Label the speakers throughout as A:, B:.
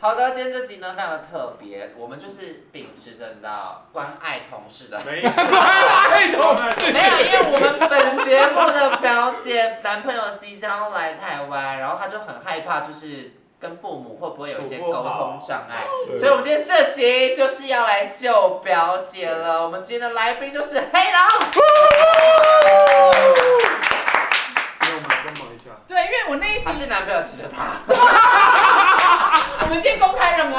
A: 好的，今天这集呢非常的特别，我们就是秉持着你知道关爱同事的。
B: 没有，
C: 太懂事
A: 没有，因为我们本节目的表姐男朋友即将来台湾，然后她就很害怕，就是跟父母会不会有一些沟通障碍，所以我们今天这集就是要来救表姐了。我们今天的来宾就是黑 狼，
B: 给我们帮忙一下。
C: 对，因为我那一
A: 他
C: 集
A: 是男朋友，其实他。
C: 我们今天公开了吗？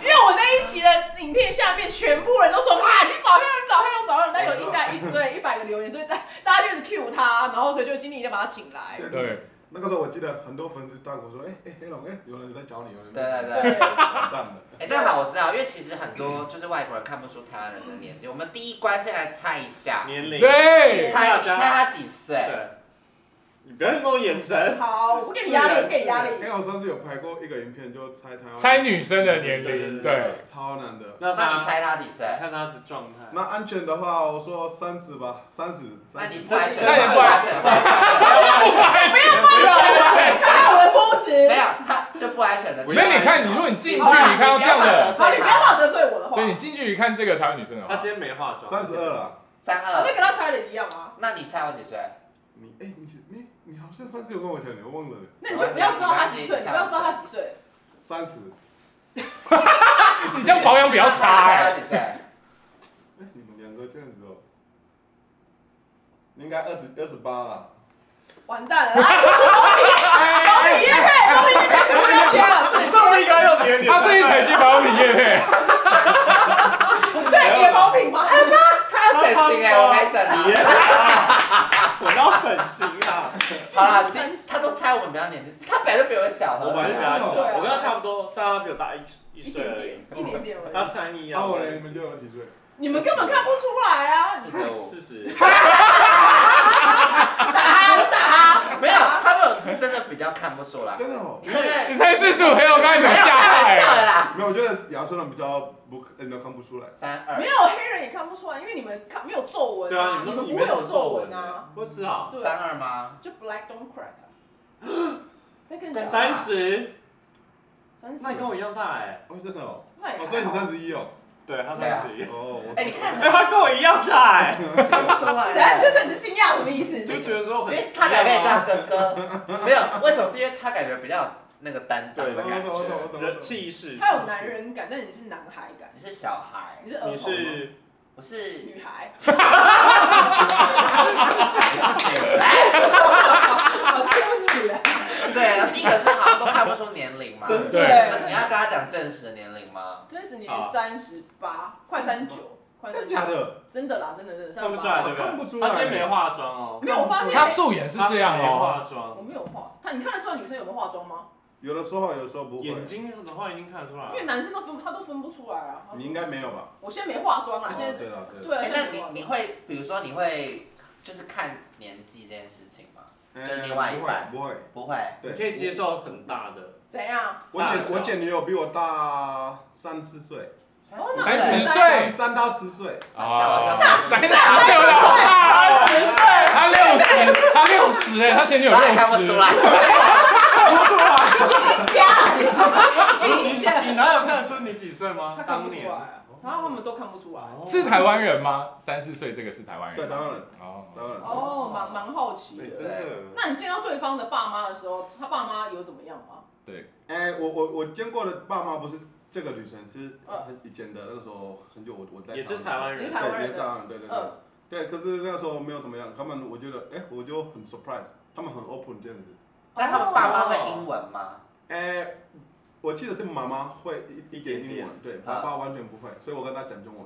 C: 因为我那一集的影片下面，全部人都说哇，你找黑人，找黑人，找黑人，但有一家一对一百个留言，所以大 大家就一直 cue 他，然后所以就经理就把他请来。
D: 对，
B: 那个时候我记得很多粉丝带我说，哎、哎、黑龙，哎、有人在找你，有人在
A: 对对对
C: 对，
B: 完蛋了。
A: 哎、那好，我知道，因为其实很多就是外国人看不出台湾人的年纪。我们第一关先来猜一下，
E: 年龄，
A: 你
D: 对，
A: 猜你猜他几岁？
E: 对，你不要那种眼神，
C: 好，我不给你压力，我不给你压力。
B: 黑龙上次有拍过一个影片，就猜台湾，
D: 猜女生的年龄，
E: 对对
D: 对，
B: 超难的。
E: 那
A: 那你
E: 他
A: 猜他几岁？
E: 看他的状态，
B: 那安全的话，我说三十吧，三十，
A: 那
B: 三
A: 你
B: 十。
A: 猜拳，
D: 那你
A: 猜拳，猜拳
D: 不安
C: 哎
D: 全，
C: 看我的肤质
A: 没。有，他就不安全的。
D: 没有，你看，你如果你近距离看到这样的，
C: 好，你不要忘得罪我的话。
D: 对你近距离看这个台湾女生的
E: 他
D: 话，
E: 今天没化妆，
B: 三十二，了，
A: 三
C: 我哦
A: 二，
C: 那跟他猜的一样啊。
A: 那你猜我几岁？
B: 你哎、你你你好像上次有跟我讲，你忘了，
C: 那你就不要知道他几岁，你不要知道他几岁。
B: 三十，
D: 你这样保养比较差
A: 猜啊
D: 哎
A: 我。几岁？
B: 哎，你们两个这样子哦，你应该二十二十八了。
C: 完蛋 了，啊来，我
D: 哎
C: 比叶佩，我比叶佩全部要接了，不能
E: 上
C: 接。
E: 次应该要年龄，
D: 他这一整期保养比叶佩，
C: 对，写毛 笔吗？哎妈，
A: 他要整形哎，我没整啊。
E: 我要整形啊，
A: 好啦，今他都猜我们比较年轻，他本来就比我小。
E: 我本来就比他小，
C: 对啊
E: 我跟他差不多，但他比我大一一
C: 一
E: 岁
C: 点
E: 而已
C: 点，，一点点而
E: 他
C: 已。
E: 三一啊，
B: 那我嘞，你们就有几岁？
C: 你们根本看不出来啊！
A: 四十五，
E: 四十，
C: 打
A: 啊
C: 他，我打他，
A: 没有，他们有是真的比较看不出来。
B: 真的哦。
A: 你看看，
D: 你猜四十五，朋友刚才
A: 没
D: 怎么
A: 有
D: 吓
A: 开玩笑
D: 坏？
A: 的啦。
B: 没有，我觉得亚洲人比较不，你都看不出来。
A: 三二
C: 没，有黑人也看不出来，因为你们看没有皱纹
E: 对啊，
C: 啊，
E: 你们
C: 你们
E: 你
C: 不
E: 们
C: 会
E: 没
C: 有皱
E: 纹
C: 纹
E: 的
C: 啊，，
E: 不是啊，
C: 对
A: 三，二吗？
C: 就 black don't crack 啊。 再更小，
E: 三十，
C: 三十
E: 那你跟我一样大哎，
B: 哦，真的哦。
C: 那也还好
B: 哦，所以你三十一哦。
E: 对他三十一，
B: 哦，我
A: 哎，你看
E: 哎，他跟我一样大哎，
A: 看不出来
C: 等下，这是你的惊讶什么意思？
E: 就觉得说
A: 因
E: 很
A: 为，他感觉这样哥哥， 没有，为什么？是因为他感觉比较有那个担当的
E: 对
A: 感
B: 我懂我懂我
A: 觉。
B: 懂
E: 人气势，
C: 他有男人感，但你是男孩感，
A: 你是小孩，
C: 你是儿
E: 你
C: 童，
E: 是
A: 我是
C: 女孩。 哦对不起啊，
A: 对，第一个是好像都看不出年龄嘛。
E: 真
D: 对
A: 那你要跟他讲真实的年龄吗？
C: 真实
E: 好
C: 年三十八，快三九，快
B: 真
C: 三
B: 的
C: 九
B: 假，的？
C: 真的啦，真的真的
E: 看
C: 三
E: 不
C: 十
E: 出
C: 八。
E: 来，对不对？
B: 看不出来
E: 他今天没化妆哦，
C: 没有，我发现
D: 他素颜是这样
E: 他没
D: 哦，
E: 化妆
C: 我，没有化，他你看得出来女生有没有化妆吗？
B: 有的时候，有的时候不会。
E: 眼睛的话已经看得出来
C: 因
E: 了
C: 为。男生都分，他都分不出来啊。
B: 你应该没有吧？
C: 我现在没化妆
B: 哦
C: 啦，现在
B: 对了对了。
C: 对啊
A: 哎，，
C: 现
A: 那
C: 在没
A: 你
C: 化妆
A: 你会，比如说你会就是看年纪这件事情吗？
B: 哎
A: 跟另外一半
B: 不会，
A: 不会，
B: 不会
E: 你可以接
B: 受。
E: 受很大的，
C: 怎样？
B: 我
E: 大
B: 姐
E: 小
B: 我姐女友比我大三四岁，
A: 三
C: 哦那
D: 三
A: 岁
D: 十
C: 很
D: 岁
B: 三到十岁。
D: 哦，
A: 三
D: 三十岁了，
C: 三十岁，
D: 他六十，他六十哎，他前女友
A: 然后
D: 六
A: 还看不
D: 十
A: 出，来。
C: 瞎，
E: 你
C: 明显，
E: 你哪有看得出你几岁吗
C: 啊他？看
E: 当
C: 不出来
E: 年
C: 啊，
A: 哦
C: 然后他们都看不出来。啊
D: 是台湾人吗？三四岁这个是台湾人，
B: 对，当然
D: 哦，
B: 当然。
C: 哦，蛮蛮好奇
E: 对，
C: 的。
E: 哎真的。
C: 那你见到对方的爸妈的时候，他爸妈有怎么样吗？
B: 哎，我我我见过的爸妈不是这个女生，是很以前的那个时候很久我我在
E: 也是台湾
C: 你是
E: 人
C: 台，湾
B: 对，也
C: 人
B: 是台湾人，对对对。
C: 嗯，
B: 对，可是那个时候没有怎么样，他们我觉得，哎、我就很 surprise，他们很 open 这样子。
A: 但他们爸妈
B: 哦
A: 会英文吗？
B: 哎、我记得是妈妈会一一点
E: 一
B: 英
E: 点
B: 文，对，爸爸完全不会，所以我跟他讲中文。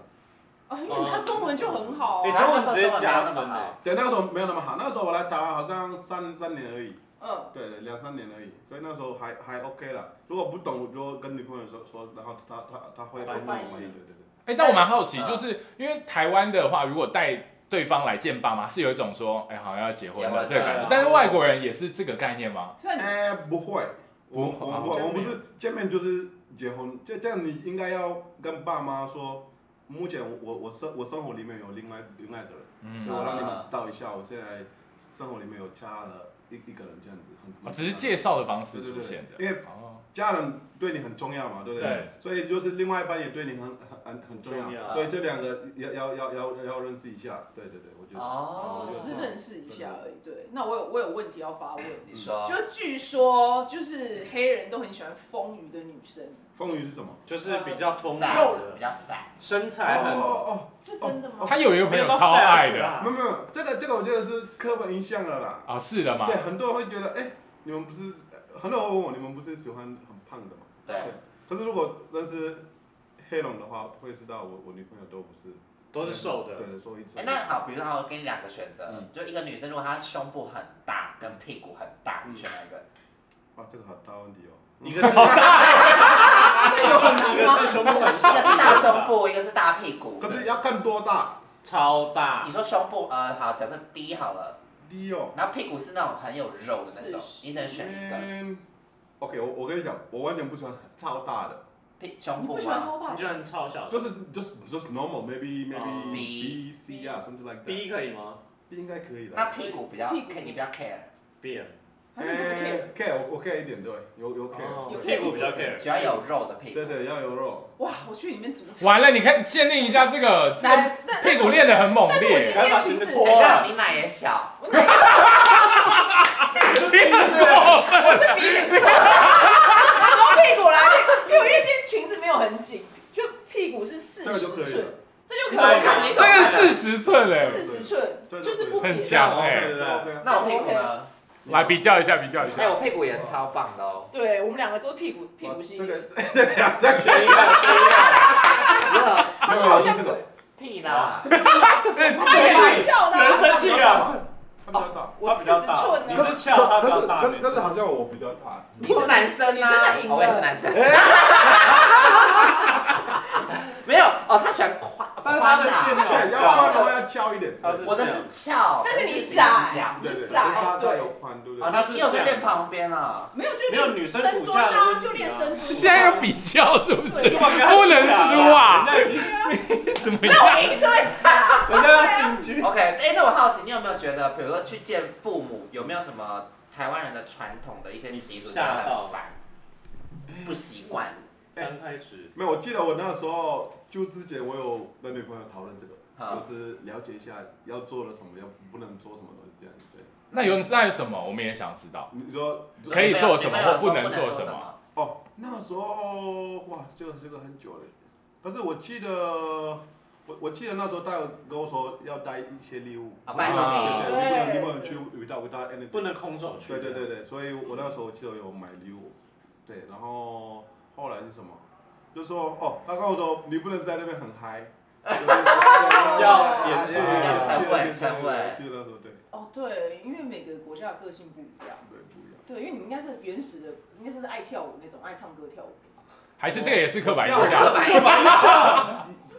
C: 啊，因
B: 哦
C: 为他中文就很好
E: 你
C: 啊。
E: 哎中文直接加分欸嘞，
B: 对，那个时候没有那么好，那个时候我来台湾好像三三年而已，
C: 嗯，
B: 对对，两三年而已，所以那时候还还 OK 了。如果不懂，我就跟女朋友说说，然后她她她会
E: 翻
C: 译
B: 对对对。
D: 哎，但我蛮好奇，
A: 嗯
D: 就是因为台湾的话，如果带对方来见爸妈，是有一种说，哎，好像要结婚
A: 结婚
D: 了这个感
E: 对
D: 觉
E: 啊，
D: 但是外国人也是这个概念吗？
C: 所以你
B: 哎、不会，我
D: 不
B: 我们不
D: 哦
B: 会，我们不是见面就是结婚，这这样你应该要跟爸妈说，目前我我我生我生活里面有另外另外一个人，
D: 嗯
B: 所以我让你们
A: 啊
B: 知道一下，我现在生活里面有加了一一个人这样子，很
D: 哦只是介绍的方式
B: 对对
D: 出
B: 对
D: 现的。
B: 因为
D: 哦，
B: 家人对你很重要嘛，对不对？
E: 对
B: 所以就是另外一半也对你很很很很重要，
E: 重要
B: 所以这两个要要要要要认识一下，对对对，我觉得。
A: 哦
C: 只是认识一下而已。对，那我有我有问题要发问。
A: 你
B: 哦
A: 说
C: 就据说，就是黑人都很喜欢丰腴的女生，
B: 风雨是什么？
E: 就是比较丰满
A: 大只比
E: 的，
A: 较反，
E: 身材很
B: 哦
C: 是真的吗？
D: 他有一个朋友超爱的
B: 哦，没有没有，这个这个我觉得是刻板印象了啦。
D: 啊，是的嘛
B: 对，，很多人会觉得，哎，你们不是很多人会问我，你们不是喜欢很胖的吗？
A: 对，
B: 可是如果认识黑龙的话，会知道我我女朋友都不是，
E: 都是瘦的，
B: 对，所以所
A: 哎，
B: 以
A: 那好，比如说好我给你两个选择
B: 嗯，
A: 就一个女生，如果她胸部很大，跟屁股很大，你选哪一个？
B: 哇，这个好大问题哦。
E: 一个是一
C: 嗯
E: 个是胸部很
A: 一
E: 瘦，
A: 个是大胸，部，一个是大屁股。
B: 可是要看多大？
E: 超大
A: 你，说胸部，呃，好，假设低好了，
B: 低哦。
A: 然后屁股是那种很有肉的那种
C: 40，
A: 你只能选一个。
B: 嗯 OK，我我跟你讲，我完全不喜欢超大的，
A: 屁胸
C: 你
A: 部
C: 不喜欢
A: 吗？
C: 超大
E: 你居然超小的，
B: 就是就是就是 normal maybe maybe
E: 哦
A: B
B: B C 啊 something like that。
E: B 可以吗
B: B 应该可以的。
A: 那屁股比较，
C: 屁股
A: 你比较 care，
E: ？B 啊
C: 还是你不 care？
B: 哎 care 我我 care 一点对，有有 care，
E: 哦
C: 有，
E: 屁股比较 care，
A: 只要有肉的屁股
B: 对。对要有肉。
C: 哇，我去里面主场。
D: 完了，你看鉴定一下这个，这个
C: 来，但
D: 屁股练得很猛
C: 但是我今
D: 烈，
E: 赶快
C: 天
E: 把
C: 裙
E: 裙子
C: 子，哎
E: 脱
A: 哎
B: 啊
E: 了
A: 刚好你奶也小，
C: 我哪个 我是比你瘦， 从屁股来，因为我原先裙子没有很紧，就屁股是四
B: 这个
C: 十
B: 就可以
C: 寸
B: 了，
C: 这就
A: 其实我
C: 可
A: 看
C: 以
A: 你
D: 这个四十寸嘞，
C: 四十寸，
B: 这
C: 就是不比
D: 很
C: 较。
D: 强哎。
E: 对对
B: 对 OK 啊。
A: 那我屁股呢？
D: 来比较一下，比较一
A: 哎，
D: 下。
A: 我屁股也超棒的哦。
C: 对我们两个都是屁股屁股
B: 这
C: 型，
B: 个这个要这个
E: 选一个，选一个，
C: 啊
B: 没有没有这个，
A: 屁啦！
C: 太玩笑的
E: 人
C: 啊。
E: 生气了，
B: 他比较大。
C: 我
E: 他
C: 四
E: 比
C: 十
E: 较大
C: 寸啊
E: 你
C: 呢，
E: 是翘，他比
B: 可
E: 较
B: 是
E: 大，
B: 可是可是好像我比较大。
A: 你是男生啊
C: 你真的赢，了
A: 哦我也是男 生。没有哦，他喜欢宽
E: 但是他
A: 宽
E: 的线
A: 啦，
E: 条
B: 对，要宽的话要翘一点。
E: 他是
A: 我的是翘，
C: 但是
A: 我
C: 你
A: 比
C: 窄
A: 较小。，
B: 对对，
C: 你
B: 它
C: 窄，
B: 它
C: 对
B: 有，宽，对不
A: 哦，
B: 对？
A: 那你有在练旁边啊？
C: 没有就
E: 没有女生
C: 深
E: 骨
C: 蹲
E: 架的
C: 啊
E: 问，题啊
C: 就练深
D: 现在
C: 啊
D: 要比较是不是？
E: 这么跟他
D: 不能输啊
E: 人家已经
D: 怎么
C: 那我
D: 样？
C: 一定是会死啊。
E: 人家要进军，
A: OK，哎，那我好奇，你有没有觉得，比如说去见父母，有没有什么台湾人的传统的一些习俗，觉得
E: 吓到
A: 很烦，不习惯？
E: 刚开始
B: 没有，我记得我那时候就之前我有跟女朋友讨论这个，
D: 嗯
A: 好
B: 就是了解一下要做了什么，要不能做什么东西这样。对，
D: 那有那有什么？我们也想知道。
B: 你说
D: 可以做什
A: 嗯有
D: 么
A: 没有
D: 或不能
A: 说
D: 做
A: 做
D: 什么
A: 么？
B: 哦，那时候哇，这个这个很久了，可是我记得我我记得那时候他有跟我说要带一些礼物，
A: 啊
B: 对
A: 伴手礼
B: 对对，你不能你不能
C: 对
B: 去 without without anything，
E: 不能 空手去，
B: 对对对对，所以我那时候我记得有买礼物，对，然后后来是什么？就说哦，他跟我说你不能在那边很嗨，就是
E: 要严肃
A: 要沉稳
B: 对对对
A: 沉稳
B: 记得那时候对
C: 哦，对，因为每个国家的个性不一样。
B: 对不一样。
C: 对，因为你应该是原始的，应该是爱跳舞那种，爱唱歌跳舞。
D: 还是这个也是刻板印
B: 我
D: 象？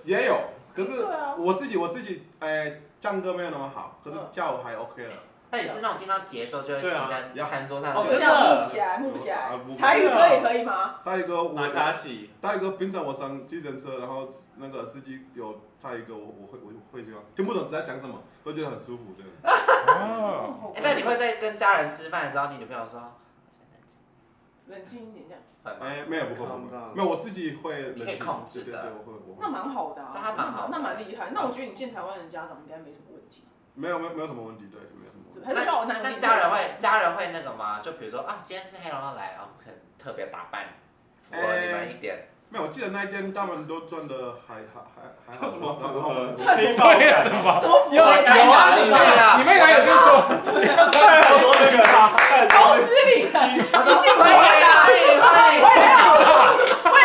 B: 也有，可是
C: 对啊
B: 我自己我自己哎唱歌没有那么好，可是
C: 嗯
B: 跳舞还 OK 了。
A: 那也是那种听到节奏就会自己在餐桌上
E: 对
A: 就
E: 啊哦
C: 就
A: 会
E: 真
C: 这
E: 的
C: 样 move 起来，move 起来
B: 啊。不啊
C: 台语歌也可以吗？
B: 大一哥我
E: 马卡西，
B: 大一哥平常我上计程车，然后那个司机有大一哥我我会我会这样，听不懂在讲什么，会觉得很舒服对。
D: 哦，
C: 哦
A: 哎，那你会在跟家人吃饭的时候，你女朋友说，
C: 冷静一点这样，
A: 会吗？
B: 哎，没有不会
E: 看
B: 不
E: 不到
B: 会，没有我自己会，
A: 你可以控制的
B: 对对对，我会我
C: 那
B: 会，
C: 蛮好的啊，
A: 那还蛮好的
C: 那蛮厉害。那我觉得你见台湾人家长应该没什么问题，
B: 没有没有没有什么问题，对，没有什么
C: 对，
B: 问题。
C: 还是像我
A: 那
C: 那
A: 那家人会家人会那个吗？就比如说啊，今天是黑龙江来，然后很特别打扮，符合你们一点。
B: 没有，我记得那一天他们都赚的还还还还好，
E: 怎么啊
B: 然
E: 符
B: 后
E: 合？
C: 对
D: 对呀，怎么？
C: 怎么服
D: 有
C: 为台
D: 有啊，
C: 南
D: 你
A: 对啊
D: 妹，你妹来有跟说，
E: 太多这个啦，
C: 超失礼的，
A: 他
C: 你进不来啦，
A: 会会
C: 喂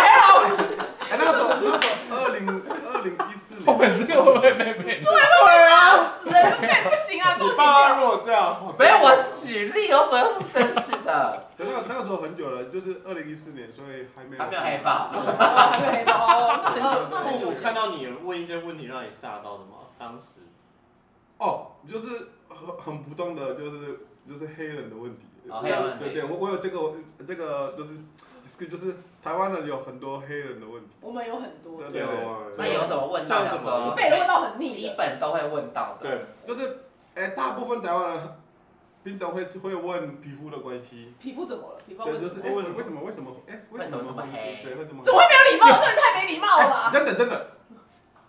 B: 哎，那时候那时候二零二零一四
D: 我们
B: 年，
D: 这个会不会被被？
E: 对啊，
C: 死了，不不行啊，
E: 你
C: 帮我剪
E: 爸妈
C: 掉。
E: 如果这样，
A: 没有，我是举例，我不是真实 的。
B: 对那个那个时候很久了，就是二零一四年，所以还没有
A: 他没有黑豹，
C: 啊 对哦，那很久，那
E: 父
C: 很久
E: 母
C: 以前
E: 看到你问一些问题让你吓到的吗？当时
B: 哦，就是很很普通的，就是就是黑人的问题。
A: 哦
B: 就
A: 黑
B: 是
A: 人问题
B: 对对，我我有这个我这个就是 discuss- 就是台湾人有很多黑人的问题。
C: 我们有很多
B: 对
C: 的，
B: 对对
E: 有，
A: 那有什么问到想说
C: 被问到很腻
A: 基
C: 的，
A: 本都会问到的。
E: 对，
B: 就是哎、大部分台湾人平常会会问皮肤的关系，
C: 皮肤怎么了？皮肤
B: 对，
C: 问
B: 就
C: 什
B: 是
C: 么
B: 哎、？为什么为什么哎、为什
A: 为什么这么
B: 么
A: 黑
B: 对会这么黑
C: 怎么会没有礼貌？这也太没礼貌了
B: 哎
C: 吧！
B: 真的真的，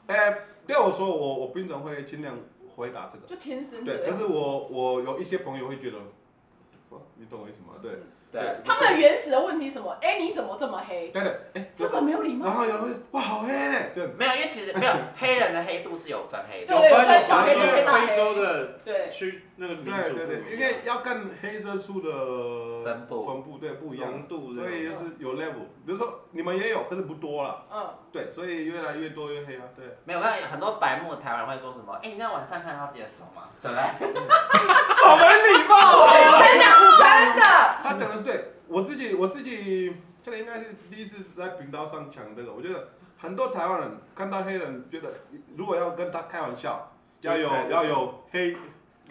B: 哎、对我说我我平常会尽量回答这个，
C: 就天生这
B: 对，可
C: 样。
B: 是我我有一些朋友会觉得，哇你懂我意思吗？对
A: 对，
C: 他们原始的问题是什么？哎，你怎么这么黑？
B: 对对，哎、
C: 这么没有礼
B: 然
C: 貌。
B: 后有人会哇好黑嘞，这样子，
A: 没有，因为其实没有黑人的黑度是有分黑
C: 对
A: 的，
E: 有
C: 分
E: 分
C: 小黑
E: 有
C: 跟黑大黑
E: 非洲的
C: 对，
E: 区那个民
B: 对
E: 族
B: 对对，因为要看黑色素的
A: 分布
B: 分布对不一样
E: 浓，度
B: 所以
E: 对
B: 就是有 level，比如说你们也有，可是不多了，
C: 嗯，
B: 对，所以越来越多越黑啊，对。
A: 没有。我看很多白目的台湾人会说什么，哎，你那晚上看到自己的手吗？对不对？
E: 好没礼貌哦。
A: 真的真的，
B: 啊他讲的对，我自己我自己这个应该是第一次在频道上讲这个，我觉得很多台湾人看到黑人，觉得如果要跟他开玩笑，要有
E: 对
B: 要有黑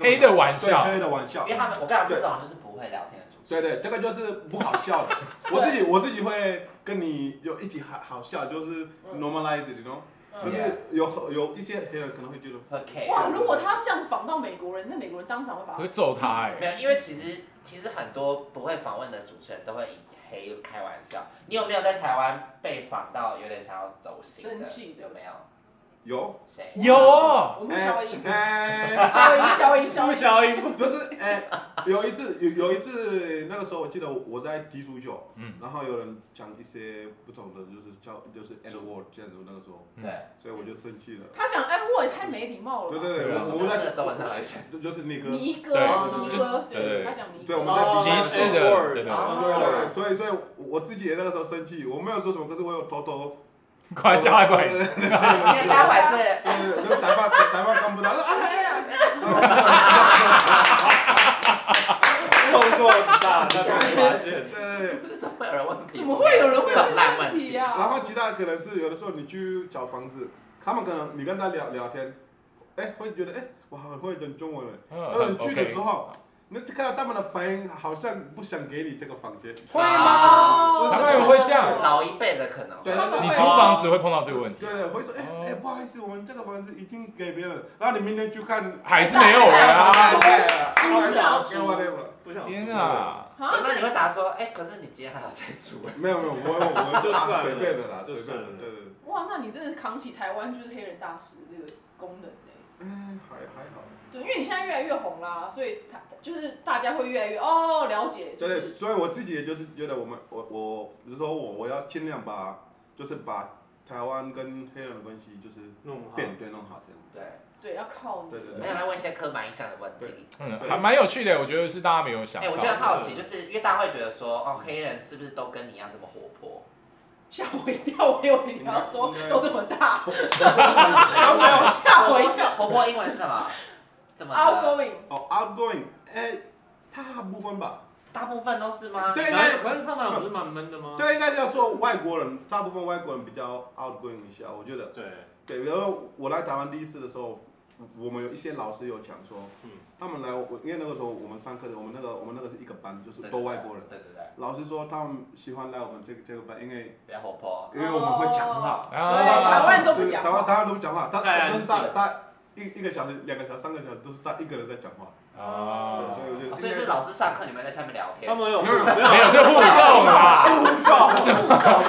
D: 黑的玩
B: 对
D: 笑，
B: 黑的玩笑
A: 因为，他们我跟他们这种就是不会聊天的主持人。
B: 对对，这个就是不好笑的。我自己我自己会跟你有一起好好笑，就是 normalize it，you know？可
C: 嗯。
B: 是有有一些黑人可能会觉得，
A: 会 care
C: 哇，如果他这样仿到美国人，那美国人当场会把
D: 我会揍他哎、
A: 没有，因为其实其实很多不会访问的主持人都会以黑开玩笑。你有没有在台湾被访到有点想要走心的？
C: 生气的
A: 有没有？
B: 有，
A: 谁？
D: 有，
C: 我们会消音，
B: 哎，
C: 消音，消音，消
E: 不
C: 音。
E: 小一步，
B: 就是哎、有一次有有一次，那个时候我记得我在踢足球，
D: 嗯
B: 然后有人讲一些不同的，就是叫就是 N word 这样子，那个时候，
A: 对，
B: 所以我就生气了。
C: 他讲 F 我也太没礼貌了吧。
B: 对对对，
E: 对啊
B: 我
A: 我
B: 们
A: 们这个
B: 在
A: 中文上来讲，
B: 就就是那个，对
C: 尼哥，
D: 对
C: 尼哥，
D: 对对
C: 他讲尼
B: 对
C: 哥。
B: 我们在
E: 哦
D: 歧视的，对对
A: 哦
D: 对，
B: 对对，所以所以我自己也那个时候生气，我没有说什么，可是我有偷偷，
D: 快加快
B: 对
D: 快，
B: 对对
A: 因为嘉怀这
B: 对，就是台湾台湾看不到，啊，
C: 哎呀
E: 动作很大，大家没发现
B: 对。对对。
A: 为什么会有人问评
C: 怎
A: 论？
C: 么会有人会有
A: 这
C: 这
A: 种
C: 个
A: 烂
C: 问
A: 问
C: 题啊
A: 题？
B: 然
C: 呀？
B: 后其他可能是有的时候你去找房子，他们可能你跟他聊聊天，哎，会觉得哎，我好会讲中文了。当
D: 嗯
B: 你去的时
D: ，OK，
B: 候，你就看到他们的反应，好像不想给你这个房间。
D: 会
C: 吗
D: 他们会这样，
A: 老一辈的可能会
B: 对
C: 他们
D: 你
C: 会
D: 租房子会碰到这个问题
B: 对，对，会说，哎、
D: 哦
B: 哎、不好意思，我们这个房子已经给别人了，然后你明天去看，
D: 还是没有人啊，
B: 哎
C: 租了
B: 给我那个，
E: 不想
D: 天，啊，
C: 啊，
A: 那你会答说，哎，可是你今天还要再住哎。
B: 没有没有，我我我
E: 就算了
B: 随便的啦，
E: 就
B: 随便
E: 算
B: 的
E: 了，
B: 对对对，
C: 哇，那你真的扛起台湾就是黑人大使这个功能欸
B: 嗯，还还好，
C: 对，因为你现在越来越红啦，所以他就是大家会越来越哦了解，就
B: 对对，
C: 是
B: 所以我自己也就是觉得我们我我，比如说我我要尽量把就是把台湾跟黑人的关系就是
E: 弄好。
B: 变对弄好这样，
A: 对，
C: 对要靠
B: 对
C: 你。
A: 我
B: 对
A: 们
B: 对，
A: 想来问一些刻板印象的问题。
D: 嗯，还蛮有趣的，我觉得是大家没有想
A: 哎，我就很
D: 到，
A: 好奇，就是因为大家会觉得说，哦，黑人是不是都跟你一样这么活泼？
C: 吓我一跳，我以为你要说
B: 应该
C: 都这么大哎
A: 然后
C: 吓我一跳
A: 活泼英文是什么？怎么了？
C: ，outgoing，
B: 哦，outgoing，哎、大部分吧，
A: 大部分都是吗？
B: 这个应该
E: 哎，可是他们不是蛮闷的吗？
B: 这个应该是要说外国人，大部分外国人比较 outgoing 一些，我觉得。
E: 对，
B: 对，比如说我来台湾第一次的时候，我们有一些老师有讲说，
E: 嗯
B: 他们来我因为那个时候我们上课的，我们那个我们那个是一个班，就是
A: 对
B: 都外国人。
A: 对对对，
B: 老师说他们喜欢来我们这个这个班，因为
A: 比较活泼。
B: 因为我们会讲话，
C: 对，
D: 啊
C: 台湾人都不
B: 对
C: 讲
B: 台
C: 话，
B: 湾台湾都不讲话，他
E: 太安
B: 都是
E: 静
B: 他
E: 了
B: 他一一个小时、两个小时、三个小时都是他一个人在讲话，对，
D: 啊
B: 所，以我觉
A: 哦
B: 得
A: 所以是老师上课，你们在下面聊天
E: 他。们有没有
D: 没有是互动啦，
E: 互告，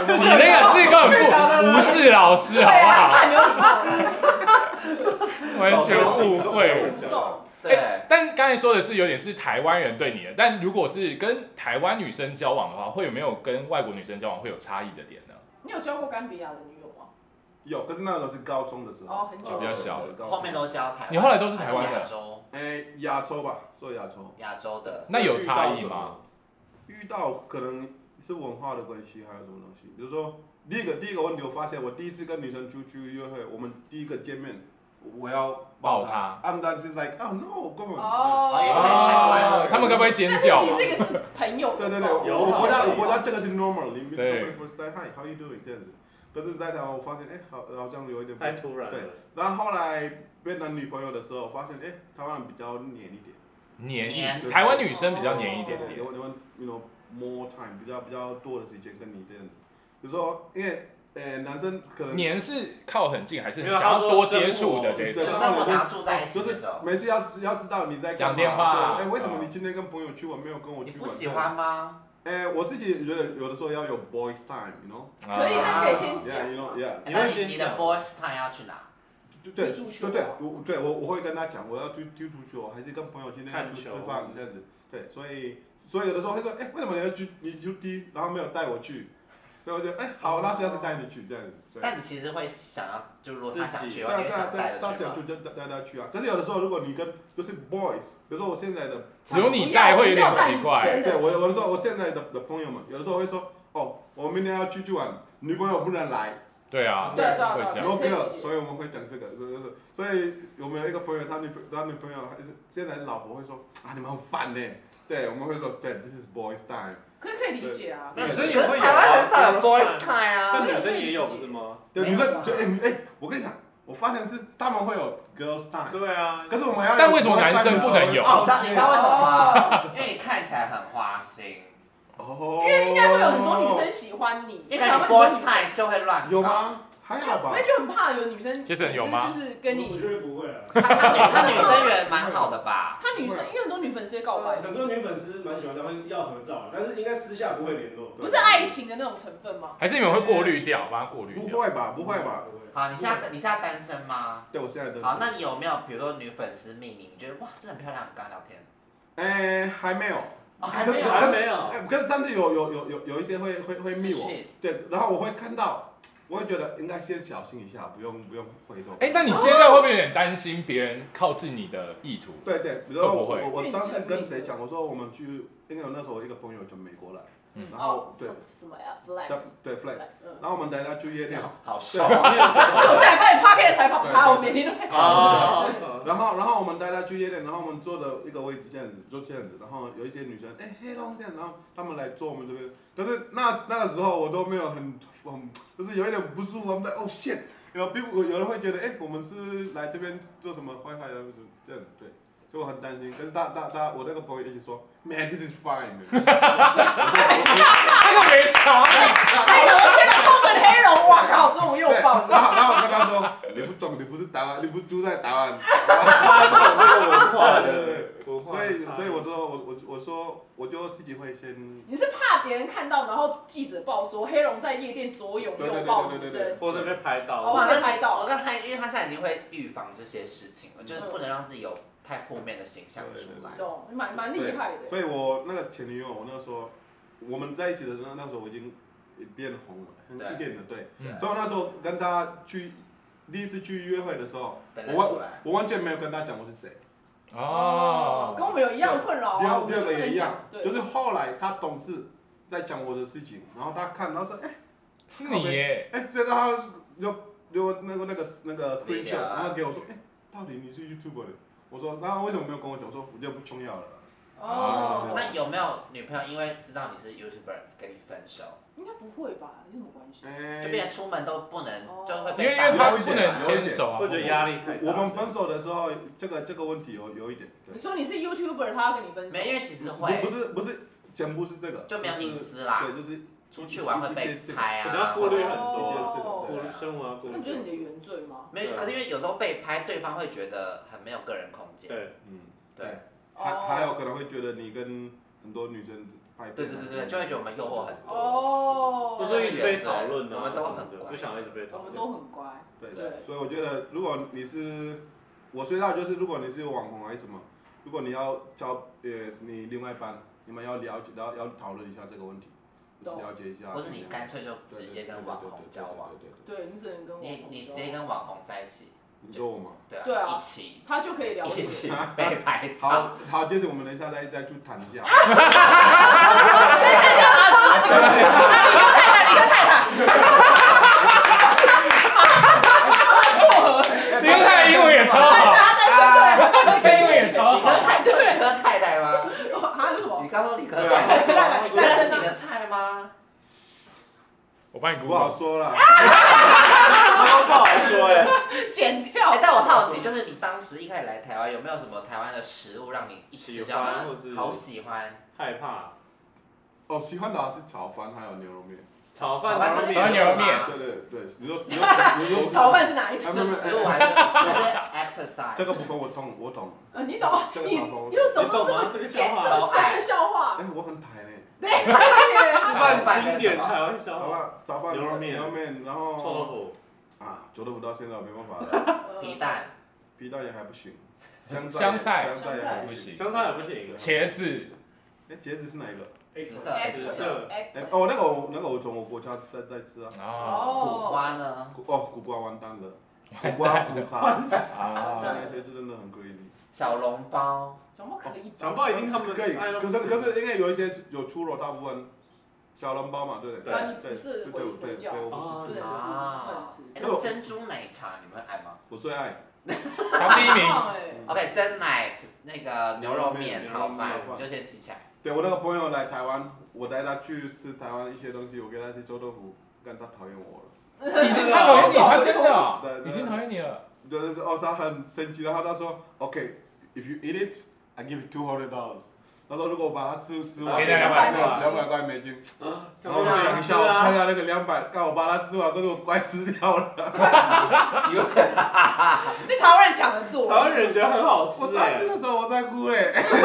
D: 你那个是根本不无视老师好
C: 对
D: 不
C: 啊，
D: 好？
C: 太没有礼貌了，
D: 完全误会。
C: 互动，
A: 对，
D: 但刚才说的是有点是台湾人对你的，但如果是跟台湾女生交往的话，会有没有跟外国女生交往会有差异的点呢？
C: 你有交过甘比亚的女友吗？
B: 有，可是那个时候是高中的时候，
C: 哦，很久
E: 哦
D: 比
C: 了
D: 较，小
B: 对，高中
A: 后面都教台湾。
D: 你后来都是台湾人
A: 还是亚洲
B: 哎亚洲吧，说亚洲，
A: 亚洲的。
D: 那有差异吗？？
B: 遇到可能是文化的关系，还有什么东西？比如说，第一个第一个问题，我发现我第一次跟女生出去约会，我们第一个见面，我要
D: 抱
B: 她。
D: 他，
B: I'm done. She's like, oh no, come on.
C: 哦
B: 嗯啊
D: 哦，他们该不会尖
C: 但是
D: 叫
C: 其实？
D: 啊
C: 这个是朋友，
B: 对对对，
E: 有
B: 我
E: 好
B: 国家
E: 有
B: 我国家这个是 normal，你们
D: 对
B: first say hi, how you doing 这样子。可是，在台湾我发现，哎，好好像有一点不
E: 太。突然了。
B: 然后后来变男女朋友的时候，发现，哎，台湾人比较黏一点。
D: 黏
A: 黏
D: 一，台湾女生比较黏一
B: 对
D: 点
B: 对，
D: 点
B: 你。们你们 you know more time 比较比较多的时间跟你这样子。比如说，因为呃，男生可能
D: 黏是靠很近，还是
E: 没
D: 很
E: 有
D: 想
E: 他
D: 要
E: 说
D: 多
E: 生
D: 接触
E: 活
D: 的这一
B: 对
D: 种。
A: 生活
B: 他们
A: 然后住在一起
B: 就
A: 那
B: 是
A: 种，
B: 每次要要知道你在干嘛
D: 讲电话
B: 对哎，为什么
D: 嗯
B: 你今天跟朋友去玩没有跟我
A: 啊你
B: 去
A: 不
B: 玩？
A: 喜欢吗？
B: 哎，我自己觉得有的时候要有 boys time，you know？
C: 可以，那
A: 啊
C: 可以先
B: Yeah,
C: 讲
B: you know, yeah.
A: 哎
E: 你
A: 那
E: 会
A: 你
E: 先
A: 你的
E: 讲
A: boys time 要去哪？
B: 就对
C: 踢足球
B: 就对，我对我我会跟他讲，我要去踢足球，还是跟朋友今
E: 看
B: 天去吃
E: 球
B: 饭这样子。对，所以所以有的时候会说，哎，为什么你要去你就踢，然后没有带我去？所以我就哎好，那下次带你去这样子。对
A: 但你其实会想要，就如果他想去
B: 对
A: 的话，
B: 啊
A: 你
B: 对
A: 会
B: 啊
A: 想
B: 对啊
A: 带，
B: 大
A: 着去
B: 家
A: 吗
B: 就？带带他去啊。可是有的时候，如果你跟就是 boys，比如说我现在的
D: 只有你带会有点奇怪。
B: 对我有的时候，我现在的的朋友们，有的时候会说，哦，我明天要出去玩，女朋友不能来，
D: 对啊，
C: 对啊对啊
D: 会这
C: 对
D: 样
C: 啊。
B: no
C: 可以
B: girl，
C: 理解
B: 所以我们会讲这个，所以就是，所以我们有一个朋友，他女他女朋友还是现在的老婆会说，啊，你们很烦呢，对，我们会说，对，this is boys time，
C: 可以可以理解啊。
A: 没有
E: 女生也
A: 可是
E: 会有啊
A: 台湾很少有
E: 比如说
A: boys time 啊
E: 但。女生也有不是吗？
B: 对，
A: 没
B: 女
A: 有
B: 生
A: 吧
B: 就哎哎、我跟你讲，我发现是他们会有 girls time，
E: 对啊，
B: 可是我们要，
D: 但为什么男生不能有
A: 哦，你知道你知道为什么吗？
C: 哦
A: 因为你看起来很花心，
B: 哦，
C: 因为应该会有很多女生喜欢你，
A: 因为
C: 为什
A: 你
C: 么
A: boys time 就会乱搞
B: 有？吗？还好
C: 我
B: 吧
C: 也，就很怕有女生，
D: 杰森有吗
C: 就是跟
E: 我
C: 你，
E: 觉得不会啊。
A: 他他女他女生缘蛮好的吧？
C: 她女生，因为很多女粉丝会告白，
E: 很多女粉丝蛮喜欢他们要合照，但是应该私下不会联络。
C: 不是爱情的那种成分吗？
D: 还是你们会过滤掉，把它过滤
B: 不
D: 掉。
B: 会吧，啊不会吧？？
A: 好，你现在你现在单身吗？
B: 对我现在的，
A: 好，那你有没有比如说女粉丝密你，你觉得哇，这很漂亮，跟她聊天？
B: 哎、还没有。
A: 哦，还没有，
E: 还没有
B: 哎、。可是上次有有有有有一些会会会密
A: 私
B: 我
A: 讯，
B: 对，然后我会看到，我会觉得应该先小心一下，不用不用回手。
D: 哎，但你现在会不会有点担心别人靠近你的意图？
B: 对对，比如说
D: 会
B: 我
D: 不会
B: 我我
C: 运
B: 上次
C: 程
B: 跟
C: 密
B: 谁
C: 我
B: 讲，我说我们去，因为我那时候一个朋友从美国来，
D: 嗯
B: 然后
C: 哦
B: 对，
C: 什么呀
B: 对
C: ，flex，
B: 对 flex，
C: 嗯
B: 然后我们带他去夜店，
A: 好瘦啊，
C: 我下礼拜 p o d c a 采访她，我每天都会。
E: 啊，
B: 然后然后我们带他去夜店，然后我们坐的一个位置这样子，就这样子，然后有一些女生哎黑龙这样，然后他们来坐我们这边，可是那那个时候我都没有很很就是有一点不舒服，我们在哦 shit，有 people 有人会觉得哎我们是来这边做什么坏坏的，就是这样子对。所以我很担心，可是大大大，我那个朋友一直说，Man, this is fine 我说。
D: 他又没查，
C: 哎呀，我天哪，空着黑人，哇靠，中午又
B: 对，然
C: 爆，
B: 后
C: 你知道吗？
B: 然后我跟他说，你不懂，你不是台湾，你不住在台湾，
E: 文化的，
B: 所以所以我就说我我我说我就自己会先
C: 你是怕别人看到，然后记者报说黑龙在夜店左拥
B: 对对
C: 右
B: 对
C: 抱
B: 对
C: 女
B: 对对对
C: 生，
E: 或者被拍到，
C: 哦
A: 我
C: 被拍到
A: 我跟他，因为他现在已经会预防这些事情了，就是不能让自己有太负面的形象出来。
C: 懂？蛮蛮厉害的。
B: 所以我那个前女友，我那时候我们在一起的时候，那时候我已经变红了，很
A: 对
B: 一点的对。
A: 对
B: 所以我那时候跟她去第一次去约会的时候，
A: 本人
B: 我
A: 出
B: 完
A: 来，
B: 我完全没有跟她讲我是谁。
D: 哦，
C: 跟我们有一样的困扰
B: 第
C: 啊，
B: 二
C: 我
B: 第
C: 们就
B: 二个
C: 不
B: 也
C: 能
B: 一样
C: 讲，，对，
B: 就是后来她懂事在讲我的事情，然后她看，然后说哎
D: 是你耶，
B: 哎，所以她就就那个那个那个 screenshot，
A: Video 啊
B: 然后给我说哎，到底你是 YouTube 的？我说那为什么没有跟我讲？我说我就不重要了。啊
C: 哦，
A: 那有没有女朋友因为知道你是 YouTuber 跟你分手，
C: 应该不会吧？有什么关系？
B: 哎
A: 就变成出门都不能，
C: 哦
A: 就会
D: 因为
A: 被
D: 因
A: 打到
D: 为他
B: 有一
D: 不
B: 点
D: 能
B: 有一点
D: 牵手啊
E: 会，觉得压力太大。
B: 我们分手的时候，这个这个问题有有一点，
C: 你
B: 对，
C: 说你是 YouTuber，他要跟你分手
A: 没，，因为其实
B: 不
A: 会
B: 不是不是全部是这个，
A: 就没有
B: 就是
A: 隐私啦，
B: 对，就是
A: 出去玩会被拍
E: 可能要
A: 啊，
E: 过滤很
B: 一些
E: 多，
B: 是这个，对
E: 过生活要过
C: 哦那不就是你
E: 滤。
C: 的原罪吗？
A: 没有，可是因为有时候被拍，对方会觉得很没有个人空间。
E: 对，
B: 嗯，
A: 对，
B: 还
C: 哦
B: 还有可能会觉得你跟很多女生拍
A: 对对对对，就会觉得我们诱惑很多。
C: 哦，
E: 这是一直被讨论的，啊不想一直被
C: 我
E: 讨
C: 们
E: 论。
C: 都很乖，对
B: 对，所以我觉得如果你是，我知道就是如果你是网红还是什么，如果你要交呃你另外一半，你们要了解要要讨论一下这个问题，就是
C: 懂
B: 了解一下，
A: 或是你干脆就直接跟网红交往，
B: 对，对对对对对对
C: 对你只能跟我
A: 你你直接跟网红在一起，
B: 对你说我吗？
A: 对
C: 对
A: 啊，
C: 啊
A: 一起
C: 他就可以了
A: 一
C: 解。
A: 起被拍照。
B: 好好，就是我们等一下再再去谈一下。
D: 林泰英文也超
C: 但是
D: 好，
C: 他单身
B: 啊
C: 对，
D: 泰英文也超
A: 理科
D: 好，
A: 太太，理科太太吗？
C: 他啊是什么
A: 你？刚说理科
E: 对
A: 太太，
E: 啊，
A: 那是你的菜吗？
D: 我帮你
B: 不好
D: Google，
B: 说了。
E: 不好说哎。
C: 剪掉
A: 哎，。但我好奇，就是你当时一开始来台湾，有没有什么台湾的食物让你一吃就
E: 喜欢或是
A: 好喜欢？
E: 害怕，
B: 哦，喜欢的还是炒饭还有牛肉面。
E: 炒饭
A: 炒
E: 拉
A: 饭是
E: 面
D: 炒牛肉面
B: 对对对，你说你说你说
C: 炒饭是哪一 种？
B: 啊
A: 就食物还是还是 exercise。
B: 这个部分我懂我懂，
C: 呃，你懂
B: 这，个
C: 你
B: 炒饭
C: 又懂
E: 你
C: 到
E: 懂
C: 这
E: 吗
C: 么
E: 这个笑
C: 这
E: 话
C: 么深的笑话。
B: 哎，我很排呢，
C: 对，
E: 饭经典台湾笑
B: 好
E: 话，
B: 吧，早饭
E: 牛肉面
B: 牛肉面，然
E: 臭豆
B: 后
E: 腐，
B: 啊，九豆腐到现在我没办法了，
A: 皮蛋，
B: 皮蛋也还不行，香
D: 香菜
B: 菜香也还
D: 不
B: 不行，
D: 行。
E: 香菜也不行，
D: 茄子，
B: 哎，茄子是哪一个？
A: 紫色
E: 紫
A: 紫
E: 色
A: 色，
B: 哎
D: Oh.
C: 哎，
B: 哦，那个我那个我从我国家在在吃啊，
D: 啊
A: 苦
C: 哦，
A: 瓜呢？
B: 苦哦苦瓜完蛋了，苦瓜苦茶，
D: 啊！
B: 那些就真的很 crazy。
A: 小笼包，
C: 怎么可以？
E: 小包已经他们
B: 可以，
E: 爱到
B: 可
E: 不
B: 是
E: 行
B: 可是因为有一些有出肉，大部分小笼包嘛，对不对？
C: 对啊你
B: 对，
C: 不是回
B: 对对
C: 回
B: 对
C: 教
B: 对，我
E: 哦
B: 不
C: 不能
B: 是猪
C: 吃，
B: 脚，
A: 啊
C: 不
A: 哎
C: 能吃。
A: 那珍珠奶茶你们爱吗
B: 我哎最爱。
D: 好，第一名，
C: 哎
A: ？OK，蒸奶是那个牛肉面
B: 牛
A: 炒
B: 肉面牛
A: 饭
B: 肉面，
A: 你就先记 起来。
B: 对我那个朋友来台湾，我带他去吃台湾一些东西，我给他吃臭豆腐，但他讨厌我了。
D: 已经讨厌你，他真的
B: 对
D: 哦
B: 对
D: 已经讨厌你了。
B: 就是哦，他很生气，然后他说，OK，if you eat it, I give you two hundred dollars。他说如果我把它吃吃完，
D: 给他200
B: 对
E: 块
B: 两百块美金。
E: 啊
B: 然后我想一下，我看到那个两百，看我把它吃完，可是我乖吃掉了。
C: 被台湾人抢着
E: 台
C: 做，
E: 湾人觉得很好
B: 我
E: 吃
B: 在
E: 哎
B: 吃，的时候我在哭哎嘞。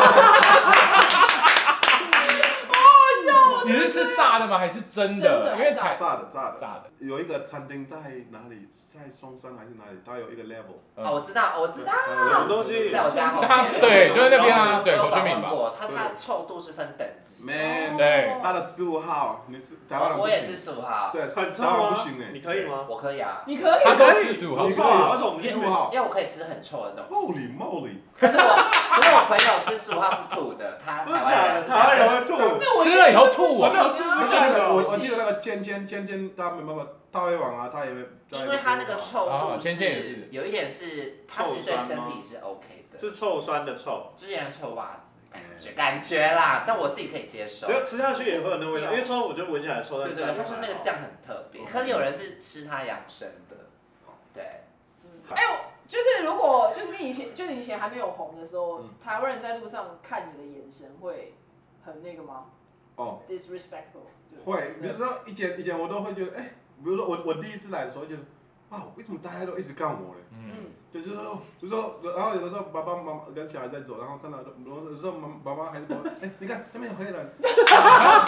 D: 你是吃炸的吗？还是真
C: 真
D: 的？
C: 的
D: 因为台
B: 炸的炸的，
D: 炸的，
B: 有一个餐厅在哪里，在松山还是哪里？它有一个 level，
D: 嗯
A: 哦，我知道，我知道，
E: 什么东西？
A: 在我家后
D: 他
A: 面。
D: 对，就是那边啊，对，
A: 我
D: 火
A: 有
D: 春
A: 访
D: 饼
A: 问
D: 吧，
A: 过，它它的臭度是分等级。
B: man，
D: 对
B: 它的十五号，你是台湾人
A: 我
B: 不
A: 我
B: 行
A: 也是，十五号，
B: 对，
E: 很臭啊
B: 台湾
E: 吗
B: 不行？哎
E: 你，可以吗？
A: 我可以啊，
C: 你可以
D: 他
C: 吗。
D: 都吃十五号
E: 你
B: 你
E: 可
B: 可
E: 以，
B: 以
E: 啊而且我们
B: 十
E: 是
B: 五号
A: 因为我可以吃很臭的东西。
B: 哦，Holy moly，
A: 可是我，可是我朋友吃十五号是吐的，他
E: 真的
A: 台
E: 假
A: 湾
E: 的？
A: 人，
E: 台湾人会吐，
C: 那我
D: 吃了以后吐
E: 我
D: 啊
E: 没。有试
B: 而
E: 过
B: 且那
E: 这
B: 个我
E: 个。
B: 我记得那个尖尖尖尖，他没办法，大胃王啊，他也没，
A: 因为他那个臭
D: 啊
A: 度
D: 天线也
A: 是
D: 是
A: 有一点是，它其实对身体是 OK 的，
E: 是臭酸的臭，
A: 之前臭袜子感
D: 嗯
A: 觉感觉啦，但我自己可以接受
E: 只。要吃下去也会有那味道，因为臭我觉得闻起来臭，但
A: 对
E: 是
A: 对对，它就是那个酱很特别，可是有人是吃它养生的，对，
C: 哎，我就是如果就是你以前就是以前还没有红的时候
B: 嗯，
C: 台湾人在路上看你的眼神会很那个吗
B: 哦，
C: ？disrespectful。
B: 会，比如说以前以前我都会觉得，哎，比如说我我第一次来的时候就觉得，哇，为什么大家都一直干我嘞？
D: 嗯，
C: 嗯，
B: 对，就是说，比如说，然后有的时候爸爸妈妈跟小孩在走，然后看到，比如说妈爸爸还是爸爸，哎，你看下面有黑人，
D: 嗯
E: 好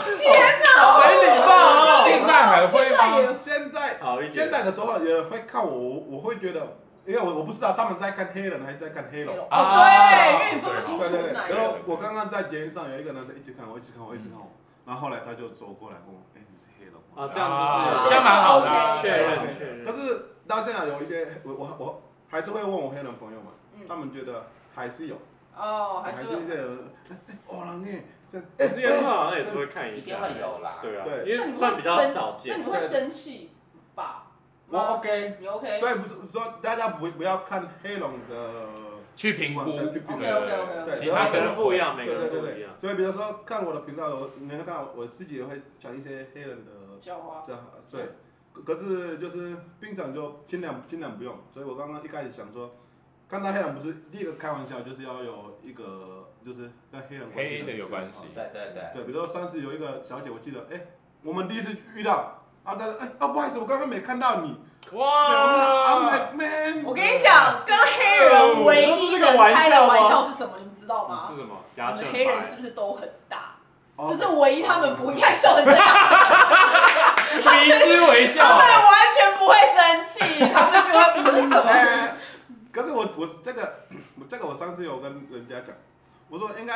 E: 没礼貌哦。
D: 现在还会
C: 现在也
D: 吗？
C: 有
B: 现在
E: 好一
B: 现
E: 点，
B: 在的时候有人会看我，我会觉得，因为我我不知道他们在看黑人还是在看黑
C: 黑
B: 龙。
C: 龙
D: 哦啊
C: 哦，对，因为你分不
B: 对
C: 清楚
B: 对
C: 是
B: 对
C: 哪，一
B: 然
C: 个。
B: 后我刚刚在节目上有一个男生一直看我，一直看我，一直看我，然后后来他就走过来问我，哎，你是黑人
E: 啊
B: 吗？
E: 这样就是
D: 这样蛮好的啊，
E: 确认
B: 对
E: 确认。
B: 但是到现在有一些我我我还是会问我黑人朋友们，
C: 嗯
B: 他们觉得还是有，
C: 哦，还
B: 还
C: 是
B: 是
C: 会
B: 一些人，哎哎哦，人哎，这样
E: 我之前好像也是会看一下，
A: 一定会有啦。
E: 对啊，
B: 对
E: 因为算比较少
C: 那你
E: 见。
C: 会生气吧？
B: 我
C: 吗
B: OK。
C: 你 OK？
B: 所以不是说大家不不要看黑龙的，
D: 去评估，对
C: OK，OK，OK，OK
D: 对，其他
E: 每
D: 可
E: 个
D: 能
E: 人不一样，每
B: 对
E: 个人
B: 对对
E: 不一
B: 对
E: 样。。
B: 所以比如说看我的频道，我你会看到我自己也会讲一些黑人的
C: 笑话。
B: 这样对。可可是就是平常就尽量尽量不用，所以我刚刚一开始想说，看到黑人不是第一个开玩笑，就是要有一个就是跟黑人关系
D: 黑的有关系
A: 对对对，
B: 对，比如说上次有一个小姐，我记得哎，我们第一次遇到，啊，她说哎啊不好意思，我刚刚没看到你，
C: 哦
B: 对，我们 I'm
D: 哇，
B: like man，
C: 我跟你讲，跟黑人唯一能开的玩笑是什么？你们知道吗？
E: 是什么？
C: 你
E: 牙线
C: 们黑人是
E: 白。
C: 不是都很大？
B: 嗯哦
C: 这是唯一他们不应该笑成这样，
D: 迷之微
C: 他
D: 笑
C: 们，完全不会生气， 他们觉得嗯
A: 可是怎么？
B: 哎可是我我这个 我这个我上次有跟人家讲，我说应该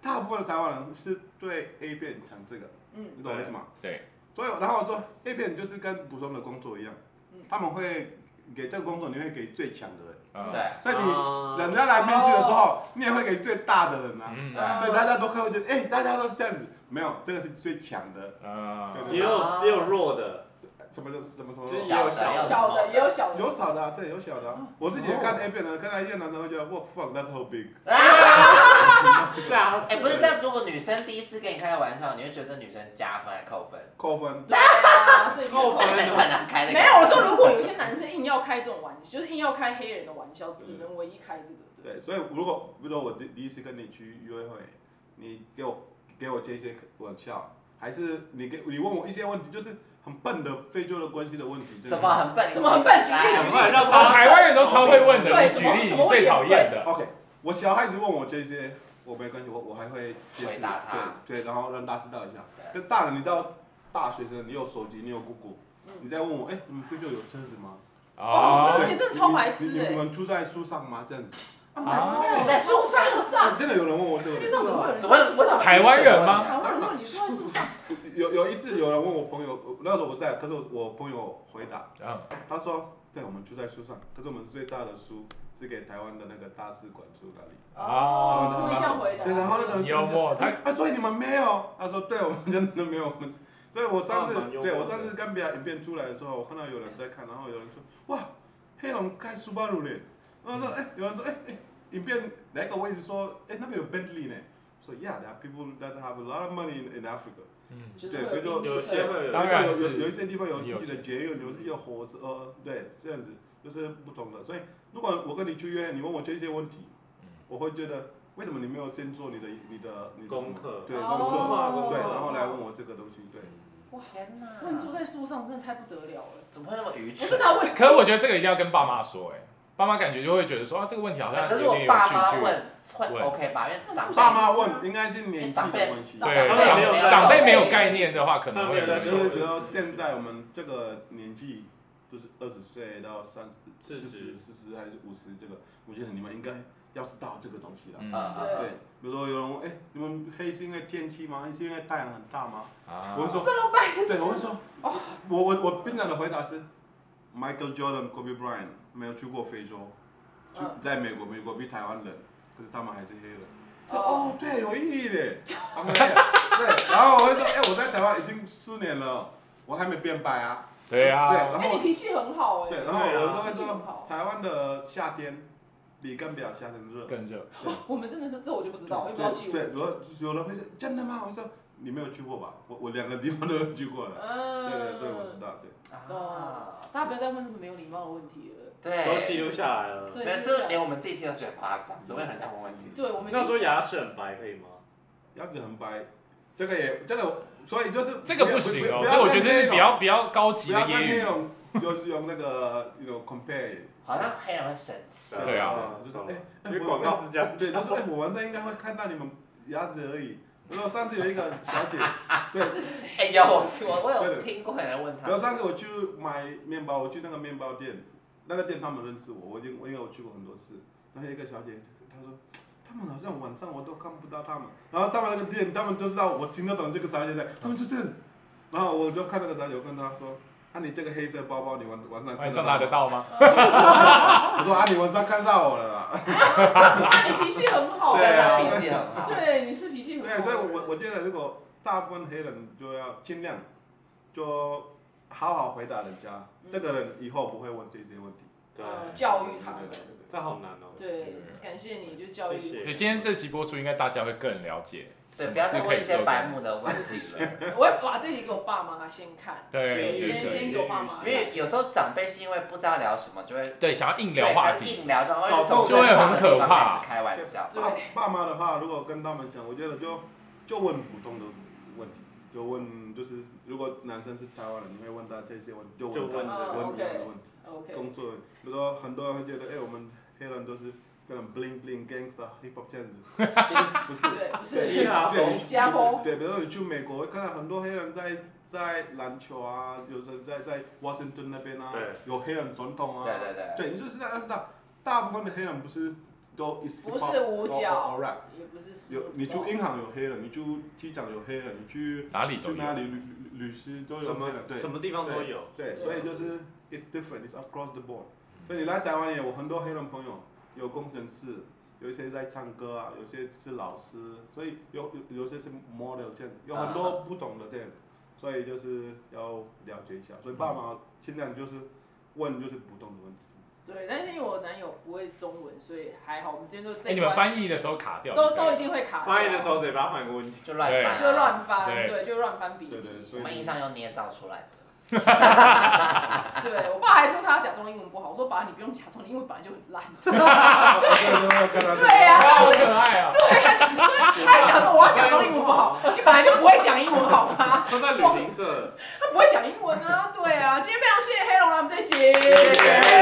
B: 大部分的台湾人是对 A 片讲这个，
C: 嗯
B: 你懂我意思吗？
D: 对。
B: 所以然后我说 A 片就是跟普通的工作一样
C: 嗯，
B: 他们会给这个工作你会给最强的人，
D: 对，
A: 对，
B: 所以你
E: 啊
B: 人家来面试的时候，你也会给最大的人啊。
D: 嗯
C: 嗯
B: 所以大家都看会觉得，哎，大家都是这样子，没有这个是最强的，
D: 啊，
E: 也有也有弱的，
B: 什么什么什么
E: 就。是也
A: 小
E: 有
A: 的
E: 小
A: 要
C: 小的也有小
B: 有
C: 的，
B: 少的、啊，对，有小的、啊。我自己也看 A 片的，看到一些男的会觉得，哇 fuck that's so big。
D: 嗯
E: 吓死！
A: 啊 哎，不是，但如果女生第一次跟你开玩笑，你会觉得这女生加分还扣 分？
B: 扣分。
C: 对啊，这里面
B: 哦
E: 扣
A: 我很难开那个。
C: 没有，我说如果有些男生硬要开这种玩笑，就是硬要开黑人的玩笑，只能唯一开这个。
B: 对，所以如果比如说我第第一次跟你去约会，你给我给我接一些玩笑，还是你给你问我一些问题，就是很笨的非洲的关系的问题。对
A: 什么很笨？
C: 什么很笨？举例
A: 来
C: 举
E: 来
C: 例，
E: 让
D: 哦
E: 大
D: 台湾人都超会问的，
C: 对
D: 你举例
C: 什么什
D: 你
C: 么问题
D: 最讨厌的。
B: ？OK，我小孩子问我这些，我没关系，我我还会解释
A: 回答他
B: 对对，然后让大家知道一下。就大人，你到大学生，你有手机，你有 Google，
C: 嗯
B: 你再问我，哎，你们非洲有车子吗？
C: 哦
B: 对
C: 你真的超白痴
B: 你你
C: 哎
B: 你们住在树上吗？这样子。
D: 啊
A: 你在树上，
C: 树上，
B: 真的有人问我这
C: 世
B: 个问
C: 界
B: 题。
C: 上怎么会有人
A: 怎么会问到
D: 台湾人吗
C: 台湾哦人你坐在树上，
B: 有有一次有人问我朋友，那时候我在，可是我我朋友回答，
D: 嗯
B: 他说，对，我们住在树上，可是我们最大的书是给台湾的那个大使馆驻哪里？
C: 哦故
D: 啊
C: 意这样回答
B: 对，然后那个人说
D: 幽默他
B: 哎啊，所以你们没有？他说，对，我们真的没有，我们。所以我上次
E: 啊蛮幽默的
B: 对我上次刚比亚影片出来的时候，我看到有人在看，然后有人说，哇，黑龙开苏巴鲁嘞，然后
D: 嗯
B: 说，哎，有人说，哎哎，影片哪一个位置说，哎，那边有 Bentley 呢？我说，Yeah, there are people that have a lot of money in in Africa.
D: 嗯，
C: 就是
B: 对所以就
C: 会有
E: 有
C: 晕车
E: 些会有
D: 当然
B: 有有
D: 是
B: 有一些地方有自己的捷运，有自己的火车，呃，对，这样子就是不同的。所以如果我跟你去约，你问我这些问题，
D: 嗯
B: 我会觉得为什么你没有先做你的你的你的
E: 功
B: 什么
E: 课
B: 对
C: 哦
B: 功课，
E: 功
B: 对，
E: 课
B: 然后来问我这个东西，对，
A: 天哪！
C: 哇，你坐在树上真的太不得了了，
A: 怎么会那么愚
C: 我
A: 蠢？
C: 真的要问。
D: 可是我觉得这个一定要跟爸妈说，哎，爸妈感觉就会觉得说啊，这个问题好像
A: 哎可是
D: 有
A: 我
D: 点有
A: 爸
D: 趣
A: 妈
D: 趣味。
A: 问会
D: 问
A: OK 吧？因为长辈
B: 爸妈问应该是年纪
A: 哎长
B: 的
A: 辈
B: 关系，
A: 长
D: 对，
E: 他们没有
D: 长
E: 在
D: 长辈没有概念的话，可能会有
E: 他
D: 点
E: 们
B: 就
E: 没
B: 是
E: 有
B: 觉得现在我们这个年纪。就是二十岁到三十、四
E: 四
B: 十、
E: 十
B: 四十还是五十，这个我觉得你们应该要知道这个东西了。
D: 嗯
A: 嗯
C: 对
B: 对，比如说有人问，哎、你们黑是因为天气吗？黑是因为太阳很大吗？
D: 啊
B: 我会说，
C: 这么白痴
B: 对，我会说，我我我平常的回答是，Michael Jordan、Kobe Bryant 没有去过非洲，就
C: 嗯
B: 在美国，美国比台湾冷，可是他们还是黑人。这
C: 哦
B: 哦，对，有意义嘞。他们黑人对，然后我会说，哎、我在台湾已经四年了，我还没变白啊。
D: 对
B: 对，
D: 啊，
B: 然
C: 哎，
B: 后
C: 你脾气很好哎、
B: 对，然后我就会
C: 对啊很好
B: 说，台湾的夏天比甘比亚夏天热。
D: 更热。
C: 我们真的是这我就不知道，因为不要
B: 对
C: 气
B: 对
C: 我。，
B: 然后有人会说真的吗？我说你没有去过吧？我我两个地方都有去过了。对
C: 嗯，
B: 对，所以我知道。对，
A: 啊
C: 哦，，大家不要再问这么没有礼貌的问题了。
E: 都
A: 对，
E: 记
A: 嗯
E: 录下来了。
C: 对，
A: 没有，
C: 就是
A: 这连我们自己听都觉得夸张，怎么会有人家问问题？
C: 对，我们
B: 啊
E: 那时候牙齿很白可以吗？
B: 鸭子很白，这个也这个，所以就是
D: 这个不行哦，这我觉得是比较比较高级
B: 不
D: 的
B: 要
D: 言
B: 跟
D: 语
B: 那。种就是用那个那种 compare。
A: 好像黑人会生气。
D: 对啊
B: 就是哎，
E: 因为广告是这样
B: 对，他说哎，我晚上应该会看到你们鸭子而已。然后上次有一个小姐，对，
C: 是谁？
A: 哎呀，我我我有听过有人问他
B: 然，后上次我去买面包，我去那个面包店，那个店他们认识我，我已经我因为我去过很多次。然后有一个小姐，她说他们好像晚上我都看不到他们，然后他们那个店，他们就知道我听得懂这个小姐在，他们就这样。然后我就看那个小姐，我跟她说：“啊，你这个黑色包包，你晚晚上
D: 晚
B: 看
D: 上拿得
B: 的。
D: 到吗？”
B: 我说：“啊，你晚上看到我了啦。
C: 那你脾气很好。
A: 但
E: 对啊
A: 他脾气很好。
C: 对，你是脾”气很好。
B: 对，所以我我我觉得，如果大部分黑人就要尽量就好好回答人家，
C: 嗯
B: 这个人以后不会问这些问题。
E: 对，啊
C: 呃教育他
B: 对
C: 们。
B: 对对对
E: 这好难哦。
C: 对，感谢你就教育。
E: 谢谢
D: 所以今天这期播出，应该大家会更了解。
A: 对，不要再问一些白
D: 目。
A: 目的问题了，
C: 我会把这集给我爸妈先看。
D: 对，
C: 先
D: 对对
C: 先给我爸妈
A: 因为有时候长辈是因为不知道聊什么，就会
D: 对，想要硬
A: 对
D: 聊话
A: 他
D: 题，
A: 硬 聊，然后就从
D: 就会
A: 身上的
D: 很可
A: 地
D: 怕
A: 方开始开玩笑。
B: 爸爸妈的话，如果跟他们讲，我觉得就就问普通的问题，就问就是如果男生是台湾人，你会问他这些问题，就问
E: 就问
B: 他
C: 这个
B: 问一样的问题，
C: 哦 OK。
B: 工作人，比如说很多人会觉得，哎，我们黑人都是可能 bling bling gangster hip hop 这样子， 不是。
C: 对，不
B: 对
C: 是
E: 嘻哈
B: 对
E: 风，
C: 加风。
B: 对，比如说你去美国，会看到很多黑人在在篮球啊，有人在在 Washington à, 那边啊
E: 对，
B: 有黑人总统啊，
A: 对对对，
B: 对，你就是要知道，大部分的黑人不是都 is hip
C: 不
B: hop，
C: 是五
B: 都
C: 角
B: all rap，
C: 也不是。
B: 有你
C: Dạ.
B: 去银行有黑人，你去机场有黑人，你去
D: 哪里
B: 去
D: 都
B: 哪
D: 有。
B: 里律律律师都有
E: 什
B: 黑
E: 么
B: 人，对
E: 什么地方都有。
B: 对，所以就是 it's different, it's across the board。所以你来台湾也有很多黑人朋友，有工程师，有一些在唱歌啊，有些是老师，所以有有有些是 model 这样子，有很多不同的这样，所以就是要了解一下，所以爸妈尽量就是问就是不同的问题。
C: 对，但是因为我男友不会中文，所以还好。我们今天就这
D: 哎，
C: 一
D: 你们
C: 关
D: 翻译的时候卡掉。
C: 都都一定会卡。
E: 发言的时候嘴巴换个问题，
A: 就乱翻，
C: 就乱翻，
D: 对
C: 对，就乱翻笔
B: 对对，
C: 记。
A: 我
B: 所
A: 们
B: 以
A: 印象又捏造出来的。
C: 对我爸还说他要假装英文不好，我说爸你不用假装，你英文本来就很烂。
B: 啊我现在就要跟他
C: 对呀、
D: 啊，好可爱啊！
C: 对他讲，他还讲说我要假装英文不好，你本来就不会讲英文好吗？
E: 他在旅行社，
C: 他不会讲英文啊。对啊，今天非常谢谢黑龙来我们这集。
A: 谢谢